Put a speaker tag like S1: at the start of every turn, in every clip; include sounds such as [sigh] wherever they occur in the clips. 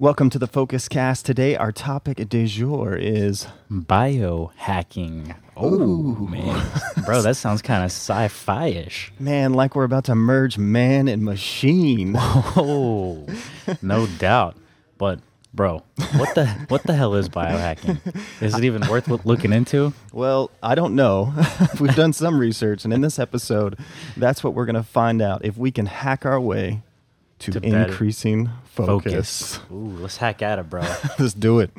S1: Welcome to the Focus Cast. Today, our topic du jour is [laughs]
S2: Biohacking. Oh, man. Bro, that sounds kind of sci fi ish.
S1: man, like we're about to merge man and machine.
S2: Oh, no doubt. But, bro, what the what the hell is biohacking? Is it even worth lo- looking into?
S1: [laughs] Well, I don't know. [laughs] We've done some research, and in this episode, that's what we're going to find out if we can hack our way to,
S2: To better-
S1: increasing focus.
S2: Ooh, let's hack at it, bro.
S1: [laughs] Let's do it.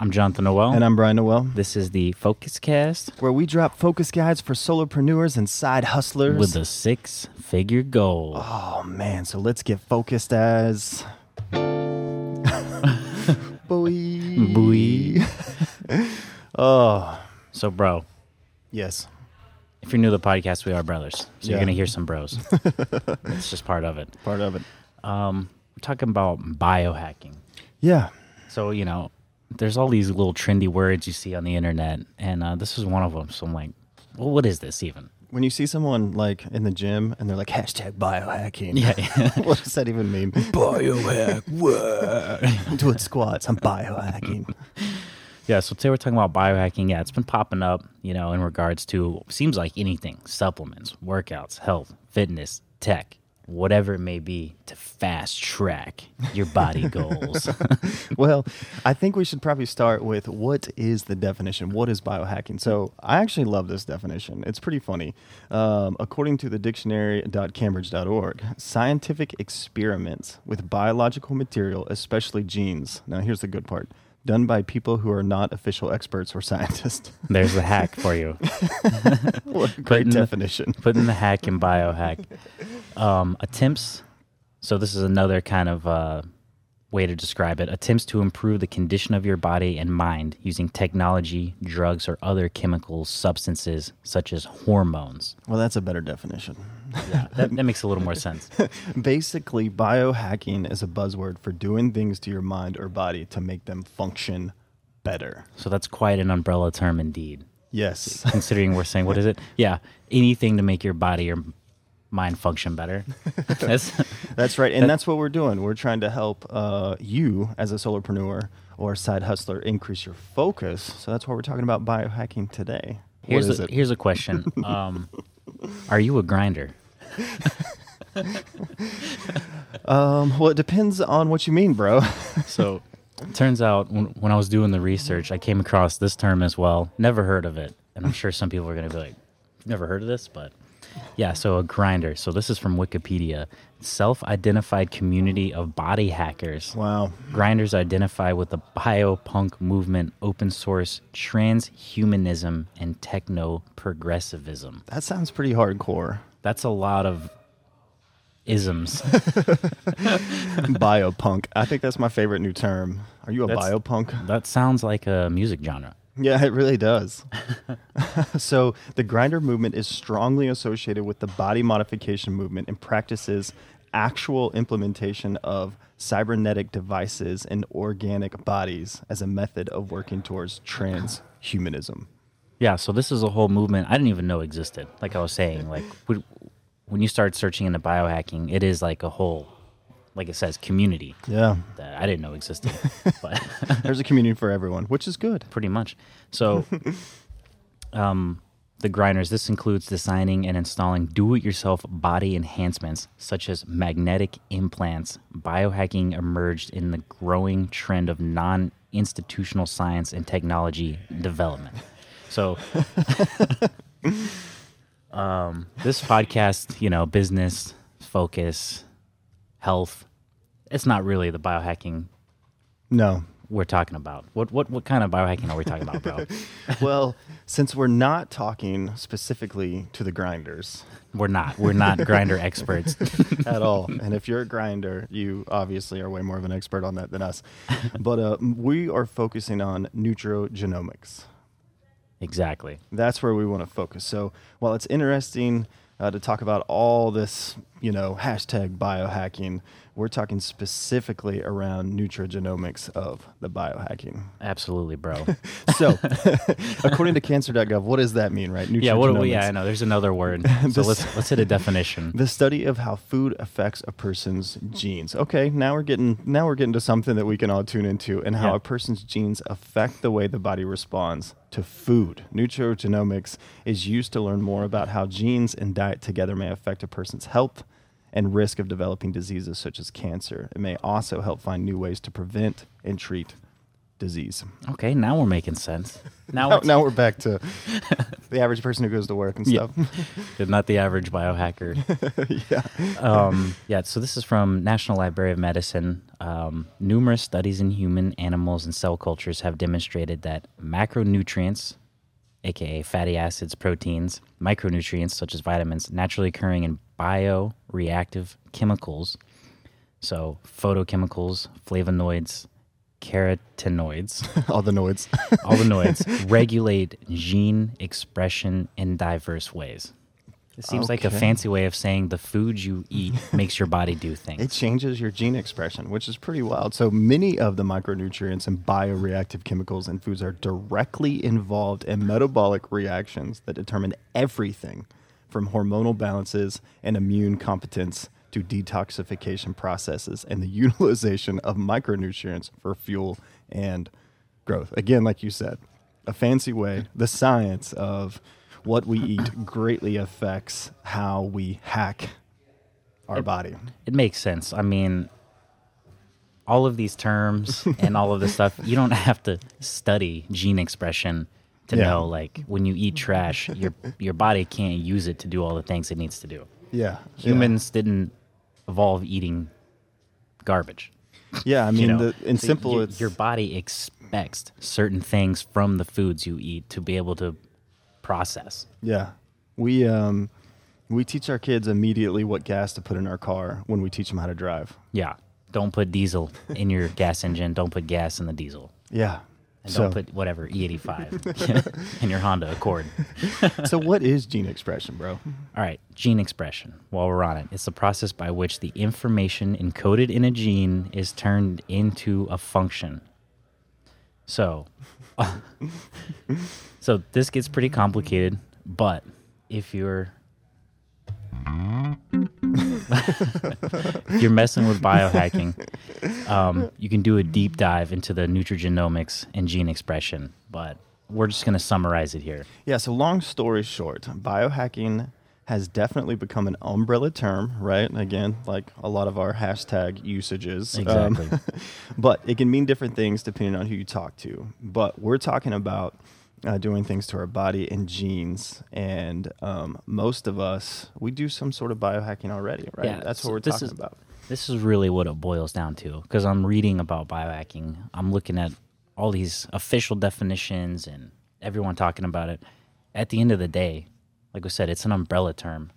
S2: I'm Jonathan Noel.
S1: And I'm Brian Noel,
S2: this is the Focus Cast
S1: where we drop focus guides for solopreneurs and side hustlers.
S2: with a six figure goal.
S1: Oh man, so let's get focused as [laughs] boy.
S2: Boy.
S1: [laughs] Oh
S2: So, bro,
S1: yes,
S2: if you're new to the podcast, we are brothers. So you're
S1: Yeah.
S2: going to hear some bros. it's just part of it.
S1: part of it.
S2: Um, we're talking about biohacking.
S1: Yeah,
S2: So you know, there's all these little trendy words you see on the internet, and uh, this is one of them. So I'm like, well, what is this even?
S1: when you see someone like in the gym and they're like hashtag biohacking,
S2: Yeah.
S1: [laughs] what does that even mean? [laughs]
S2: Biohack.
S1: I'm doing squats. I'm biohacking.
S2: [laughs] yeah. So today we're talking about biohacking. Yeah, it's been popping up, you know, in regards to seems like anything: supplements, workouts, health, fitness, tech, whatever it may be, to fast track your body goals. [laughs]
S1: well, I think we should probably start with what is the definition? What is biohacking? So I actually love this definition. It's pretty funny. Um, according to the dictionary.cambridge.org, scientific experiments with biological material, especially genes. Now, here's the good part done by people who are not official experts or scientists. [laughs]
S2: There's the hack for you.
S1: what a
S2: Putting
S1: great
S2: the-
S1: definition.
S2: putting the hack in biohack um, attempts so this is another kind of uh, way to describe it attempts to improve the condition of your body and mind using technology drugs or other chemical substances such
S1: [laughs]
S2: as hormones
S1: Well, that's a better definition.
S2: yeah that, that makes a little more sense
S1: Basically, biohacking is a buzzword for doing things to your mind or body to make them function better.
S2: so that's quite an umbrella term indeed
S1: Yes.
S2: considering we're saying what is it yeah anything to make your body or mind
S1: [laughs]
S2: function better that's
S1: That's right. And that's what we're doing. We're trying to help uh, you as a solopreneur or side hustler increase your focus. So that's why we're talking about biohacking today.
S2: here's
S1: what is
S2: a,
S1: it?
S2: here's a question um, are you a grinder
S1: Um, [laughs] well, it depends on what you mean, bro. [laughs]
S2: So, turns out when, when I was doing the research, I came across this term as well. Never heard of it, and I'm sure some people are going to be like, "Never heard of this," but yeah. So a grinder. So this is from Wikipedia. Self-identified community of body hackers.
S1: wow.
S2: Grinders identify with the biopunk movement, open source, transhumanism, and techno progressivism.
S1: That sounds pretty [laughs] hardcore.
S2: That's a lot of isms. [laughs]
S1: biopunk. I think that's my favorite new term. Are you a
S2: That's-
S1: biopunk?
S2: that sounds like a music genre.
S1: Yeah, it really does. [laughs] so, the grinder movement is strongly associated with the body modification movement and practices actual implementation of cybernetic devices in organic bodies as a method of working towards transhumanism.
S2: Yeah, so this is a whole movement I didn't even know existed. Like I was saying, like when- when you start searching into biohacking, it is like a whole, like it says, community
S1: Yeah,
S2: that I didn't know existed, [laughs] but
S1: there's a community for everyone, which is good.
S2: pretty much. So, um, the grinders. This includes designing and installing do-it-yourself body enhancements such as magnetic implants. Biohacking emerged in the growing trend of non-institutional science and technology development. So. um, this podcast, you know, business, focus, health, it's not really the biohacking
S1: No.
S2: we're talking about. What what what kind of biohacking are we talking about, bro?
S1: Well, since we're not talking specifically to the grinders
S2: we're not. We're not grinder experts.
S1: at all,
S2: [laughs]
S1: and if you're a grinder, you obviously are way more of an expert on that than us. [laughs] But uh, we are focusing on nutrigenomics.
S2: exactly.
S1: That's where we want to focus. So while it's interesting uh, to talk about all this, you know, hashtag biohacking. We're talking specifically around nutrigenomics of the biohacking.
S2: Absolutely, bro. [laughs]
S1: So, [laughs] according to cancer.gov, what does that mean, right?
S2: yeah, what?
S1: Nutrigenomics.
S2: Yeah, I know. There's another word. So
S1: This-
S2: let's let's hit a definition.
S1: [laughs] The study of how food affects a person's
S2: Mm.
S1: genes. Okay, now we're getting now we're getting to something that we can all tune into and how
S2: Yeah.
S1: a person's genes affect the way the body responds to food. Nutrigenomics is used to learn more about how genes and diet together may affect a person's health and risk of developing diseases such as cancer. It may also help find new ways to prevent and treat disease.
S2: Okay, now we're making sense. Now,
S1: Now,
S2: Oh, it's-
S1: now we're back
S2: [laughs]
S1: to the average person who goes to work and stuff. [laughs]
S2: not the average biohacker.
S1: yeah.
S2: um, yeah, so this is from National Library of Medicine. Um, numerous studies in human, animals, and cell cultures have demonstrated that macronutrients, aka fatty acids, proteins, micronutrients such as vitamins, naturally occurring in bioreactive chemicals, so photochemicals, flavonoids, carotenoids,
S1: All the noids.
S2: alvinoids, regulate gene expression in diverse ways. It seems like a
S1: Okay.
S2: fancy way of saying the food you
S1: [laughs]
S2: eat makes your body do things.
S1: It changes your gene expression, which is pretty wild. So many of the micronutrients and bioreactive chemicals in foods are directly involved in metabolic reactions that determine everything from hormonal balances and immune competence to detoxification processes and the [laughs] utilization of micronutrients for fuel and growth. Again, like you said, a fancy way, the science of what we eat greatly affects how we hack our body.
S2: it makes sense. I mean, all of these
S1: [laughs]
S2: terms and all of this stuff, you don't have to study gene expression to
S1: Yeah.
S2: know like when you eat trash, your your body can't use it to do all the things it needs to do.
S1: Yeah. yeah.
S2: Humans didn't evolve eating garbage.
S1: Yeah, I mean,
S2: you know,
S1: the, in
S2: so
S1: simple,
S2: your,
S1: it's
S2: your body expects certain things from the foods you eat to be able to process.
S1: yeah. We um, we teach our kids immediately what gas to put in our car when we teach them how to drive.
S2: Yeah, don't put diesel in
S1: [laughs]
S2: your gas engine. Don't put gas in the diesel,
S1: Yeah.
S2: and
S1: So,
S2: don't put whatever E eighty five
S1: [laughs]
S2: [laughs] in your Honda Accord.
S1: so what is gene expression, bro?
S2: All right, gene expression. While we're on it, it's the process by which the information encoded in a gene is turned into a function. So, [laughs] so this gets pretty complicated, but if you're [laughs] if you're messing with biohacking, um, you can do a deep dive into the nutrigenomics and gene expression. But we're just going to summarize it here.
S1: Yeah, so long story short, biohacking has definitely become an umbrella term, right? Again, like a lot of our hashtag usages. Um,
S2: Exactly.
S1: but it can mean different things depending on who you talk to. But we're talking about uh, doing things to our body and genes. And um, most of us, we do some sort of biohacking already, right? That's what
S2: so
S1: we're
S2: this
S1: talking
S2: is-
S1: about.
S2: This is really what it boils down to because I'm reading about biohacking. I'm looking at all these official definitions and everyone talking about it. At the end of the day, like we said, it's an umbrella term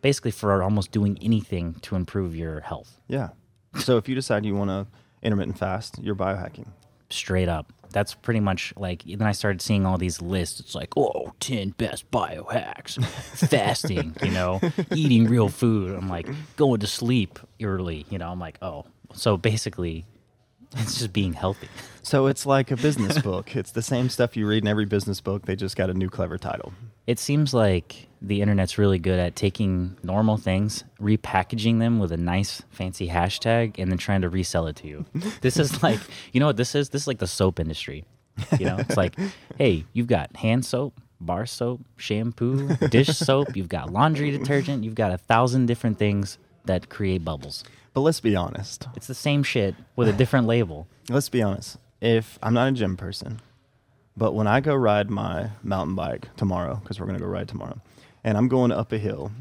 S2: basically for almost doing anything to improve your health.
S1: Yeah. So if you decide you want to intermittent fast, you're biohacking.
S2: Straight up. That's pretty much like, then I started seeing all these lists. It's like, oh, 10 best biohacks, fasting, you know, eating real food. I'm like, going to sleep early, you know, I'm like, oh. So basically, it's just being healthy.
S1: So it's like a
S2: [laughs]
S1: business book. It's the same stuff you read in every business book. They just got a new clever title.
S2: It seems like the internet's really good at taking normal things, repackaging them with a nice fancy hashtag, and then trying to resell it
S1: [laughs]
S2: to you. this is like, you know what this is? This is like the soap industry. You know,
S1: [laughs]
S2: it's like, hey, you've got hand soap, bar soap, shampoo,
S1: [laughs]
S2: dish soap, you've got laundry detergent, you've got a thousand different things that create bubbles.
S1: But let's be honest.
S2: It's the same shit with a different label.
S1: Let's be honest. If I'm not a gym person, but when I go ride my mountain bike tomorrow, because we're going to go ride tomorrow, and I'm going up a hill,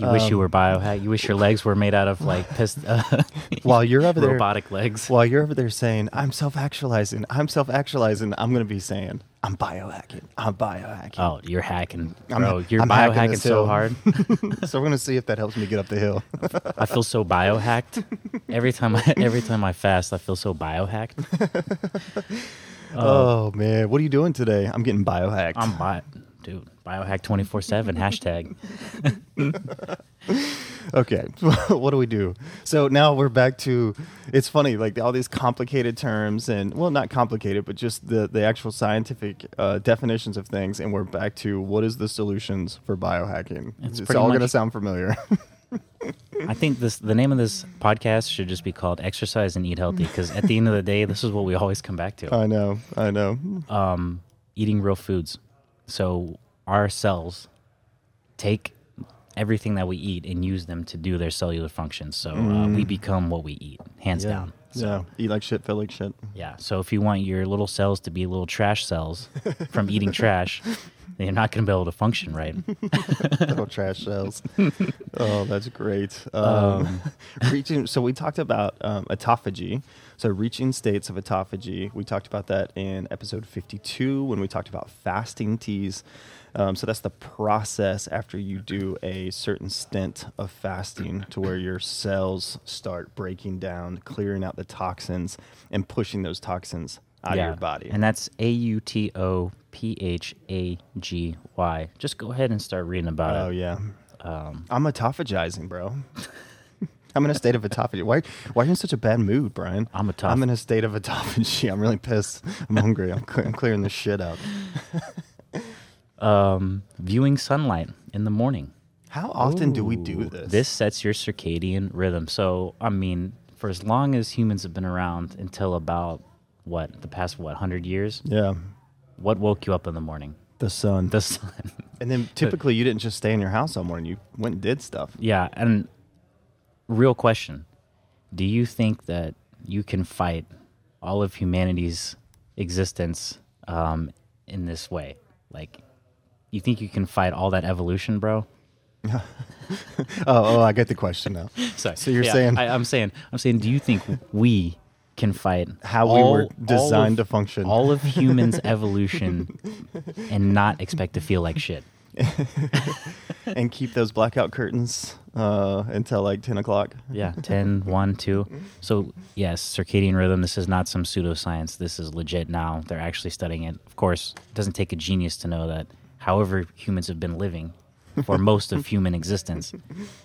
S2: You wish
S1: Um,
S2: you were biohack. You wish your legs were made out of like pist- [laughs] uh,
S1: [laughs] while you're over there,
S2: robotic legs.
S1: while you're over there saying, I'm self actualizing, I'm self actualizing, I'm going to be saying, I'm biohacking, I'm biohacking.
S2: Oh, you're hacking, bro.
S1: I'm-
S2: you're
S1: I'm hacking
S2: biohacking
S1: this hill. [laughs]
S2: so hard.
S1: so we're going to see if that helps me get up the
S2: [laughs]
S1: hill.
S2: I feel so biohacked. Every time I every time I fast, I feel so biohacked.
S1: oh, man. What are you doing today? I'm getting biohacked.
S2: I'm bi- dude, biohack 24/7 hashtag.
S1: okay [laughs] what do we do so now we're back to it's funny like all these complicated terms and well not complicated but just the, the actual scientific uh, definitions of things and we're back to what is the solutions for biohacking it's,
S2: pretty
S1: all going to
S2: much-
S1: sound familiar [laughs]
S2: I think this the name of this podcast should just be called "Exercise and Eat Healthy" because at the end of the day, this is what we always come back to:
S1: i know i know
S2: um, eating real foods. So ourselves take everything that we eat and use them to do their cellular functions. So uh, we become what we eat, hands down.
S1: Mm. yeah eat like shit feel like shit
S2: Yeah. So if you want your little cells to be little trash
S1: [laughs]
S2: cells from eating trash, then you're not going to be able to function right.
S1: little trash shells. oh, that's great. Um, [laughs] reaching. So we talked about um, autophagy. So reaching states of autophagy. We talked about that in episode fifty-two when we talked about fasting teas. Um, so that's the process after you do a certain stint of fasting to where your cells start breaking down, clearing out the toxins, and pushing those toxins [laughs] out of your body.
S2: And that's A U T O P H A G Y. Just go ahead and start reading about
S1: Oh
S2: it. Um,
S1: yeah. I'm autophagizing, bro. [laughs] I'm in a state of autophagy. Why, why are you in such a bad mood, Brian?
S2: I'm autoph-
S1: I'm in a state of autophagy. I'm really pissed. I'm hungry. I'm, cle- I'm clearing this shit out.
S2: Um, viewing sunlight in the morning.
S1: How often do we
S2: Ooh,
S1: do this?
S2: This sets your circadian rhythm. So, I mean, for as long as humans have been around until about what, the past, what, 100 years?
S1: Yeah.
S2: What woke you up in the morning?
S1: The sun.
S2: The sun.
S1: and then typically you didn't just stay in your house all morning. You went and did
S2: [laughs]
S1: stuff.
S2: Yeah, and real question: Do you think that you can fight all of humanity's existence um, in this way? Like, you think you can fight all that evolution, bro?
S1: Oh, oh, I get the question now.
S2: Sorry.
S1: So you're saying-
S2: I, I'm saying I'm saying, do you think we can fight
S1: How we
S2: all-
S1: were
S2: all of-
S1: designed to function.
S2: all
S1: [laughs]
S2: of humans' evolution, and not expect to feel like shit?
S1: and keep those blackout curtains uh, until like 10 o'clock.
S2: yeah 10 1 2 so yes circadian rhythm this is not some pseudoscience this is legit now they're actually studying it of course it doesn't take a genius to know that however humans have been living for most of human existence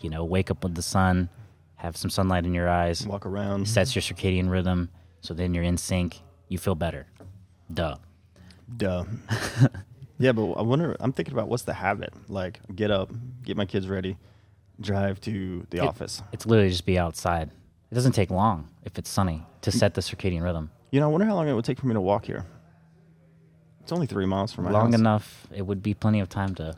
S2: you know wake up with the sun have some sunlight in your eyes
S1: Walk around.
S2: sets your circadian rhythm so then you're in sync you feel better duh [laughs]
S1: Duh. yeah, but I wonder. I'm thinking about what's the habit? Like, get up, get my kids ready, drive to the office.
S2: it's literally just be outside it doesn't take long if it's sunny to set the circadian rhythm
S1: You know, I wonder how long it would take for me to walk here. It's only three miles from my
S2: long
S1: house.
S2: enough it would be plenty of time to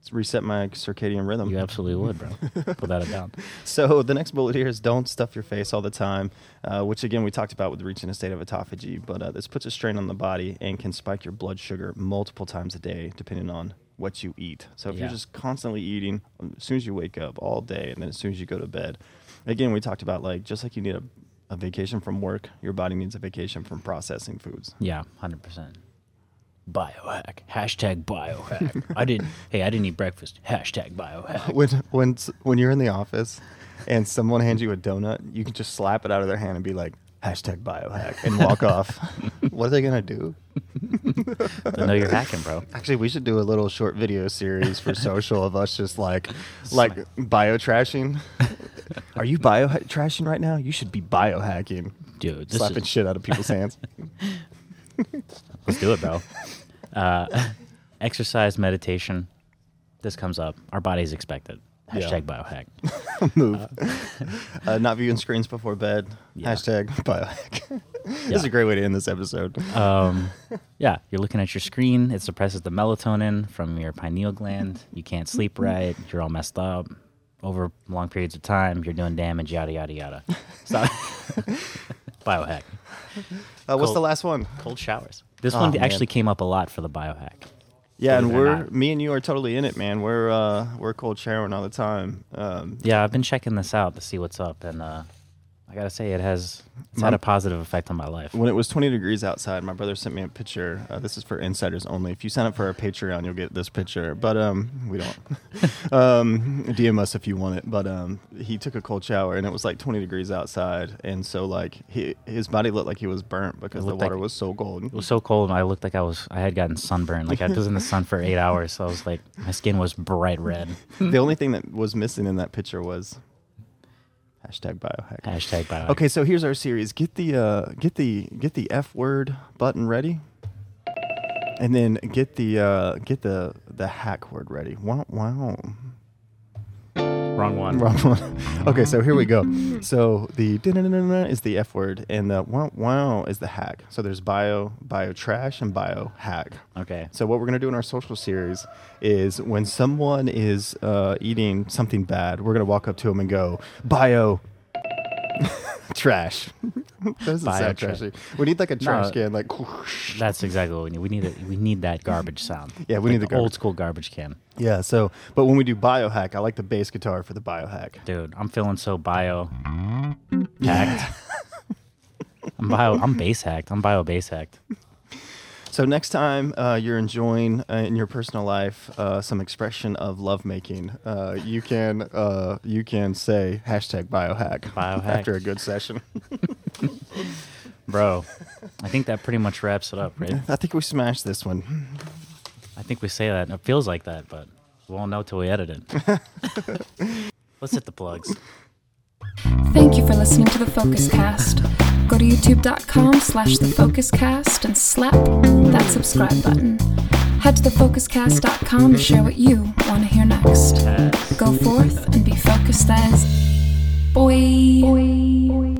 S1: It's reset my circadian rhythm.
S2: You absolutely would, bro.
S1: [laughs]
S2: Without a doubt.
S1: So [laughs] the next bullet here is don't stuff your face all the time, uh, which again we talked about with reaching a state of autophagy. But uh, this puts a strain on the body and can spike your blood sugar multiple times a day, depending on what you eat. So if you're
S2: Yeah.
S1: just constantly eating um, as soon as you wake up all day, and then as soon as you go to bed, again we talked about like just like you need a, a vacation from work, your body needs a vacation from processing foods.
S2: Yeah, hundred percent. Biohack. Hashtag [laughs] biohack. I didn't. Hey, I didn't eat breakfast. Hashtag
S1: [laughs]
S2: biohack.
S1: When when s- when you're in the office and someone hands you a donut, you can just slap it out of their hand and be like. Hashtag biohack and [laughs] walk off. what are they gonna do?
S2: I know you're hacking, bro.
S1: Actually, we should do a little short video series [laughs] for social of us just like, like bio trashing. [laughs] Are you bio trashing right now? You should be biohacking,
S2: Dude, this
S1: slapping
S2: is,
S1: shit out of people's [laughs] hands.
S2: let's do it, bro. Uh, [laughs] exercise, meditation. This comes up. Our bodies expect it.
S1: Yeah.
S2: Hashtag biohack.
S1: Move. Uh, not viewing screens before bed.
S2: Yeah.
S1: Hashtag biohack. [laughs] this is
S2: Yeah.
S1: a great way to end this [laughs] episode.
S2: Um, yeah, you're looking at your screen. It suppresses the melatonin from your pineal gland. You can't sleep right. You're all messed up. Over long periods of time, you're doing damage. Yada yada yada. Stop. biohack.
S1: Uh, what's
S2: Cool.
S1: the last one?
S2: Cold showers. This
S1: Aw,
S2: one
S1: Oh, man.
S2: actually came up a lot for the biohack.
S1: Yeah, and
S2: Believe it or
S1: we're
S2: not.
S1: me and you are totally in it, man. We're uh, we're cold showering all the time. Um,
S2: Yeah, I've been checking this out to see what's up, and uh, I gotta say, it has it's
S1: My-
S2: had a positive effect on my life.
S1: When it was 20 degrees outside, my brother sent me a picture. Uh, this is for insiders only. If you sign up for our Patreon, you'll get this picture. But um, we
S2: [laughs]
S1: don't. um, DM us if you want it. But um, he took a cold shower and it was like 20 degrees outside, and so like he, his body looked like he was burnt because the
S2: looked
S1: water
S2: like-
S1: was so golden.
S2: It was so cold, and I looked like I was I had gotten sunburned. Like I was in the sun for eight hours, so I was like, my skin was bright red. [laughs]
S1: the only thing that was missing in that picture was hashtag biohack.
S2: Hashtag biohack.
S1: Okay, so here's our series. Get the uh, get the get the F word button ready, and then get the uh, get the the hack word ready. Wow, wow. [laughs]
S2: wrong one.
S1: Wrong one. okay, so here we go. So the is the F word, and the wow wow is the hack. So there's bio bio trash and bio hack.
S2: Okay.
S1: So what we're gonna do in our social series is when someone is uh, eating something bad, we're gonna walk up to them and go bio [laughs] trash. [laughs] that doesn't
S2: Bio
S1: sound
S2: trash.
S1: trashy. We need like a trash
S2: No.
S1: can, like
S2: That's exactly what we need. We need it. We need that garbage sound.
S1: Yeah, we need the
S2: the
S1: garbage.
S2: old school garbage can.
S1: yeah. So, but when we do biohack, I like the bass guitar for the biohack.
S2: Dude, I'm feeling so bio hacked. I'm bio. I'm base hacked. I'm bio base hacked.
S1: So next time uh, you're enjoying uh, in your personal life uh, some expression of lovemaking, uh, you can uh, you can say hashtag biohack, [laughs]
S2: Biohack.
S1: after a good session.
S2: Bro, I think that pretty much wraps it up, right?
S1: I think we smashed this one.
S2: I think we say that and it feels like that, but we won't know till we edit it. Let's hit the plugs.
S3: Thank you for listening to the Focus Cast. Go to youtube.com slash the Focus Cast and slap that subscribe button. Head to thefocuscast.com to share what you want to hear next.
S2: Yes.
S3: Go forth and be focused as boy.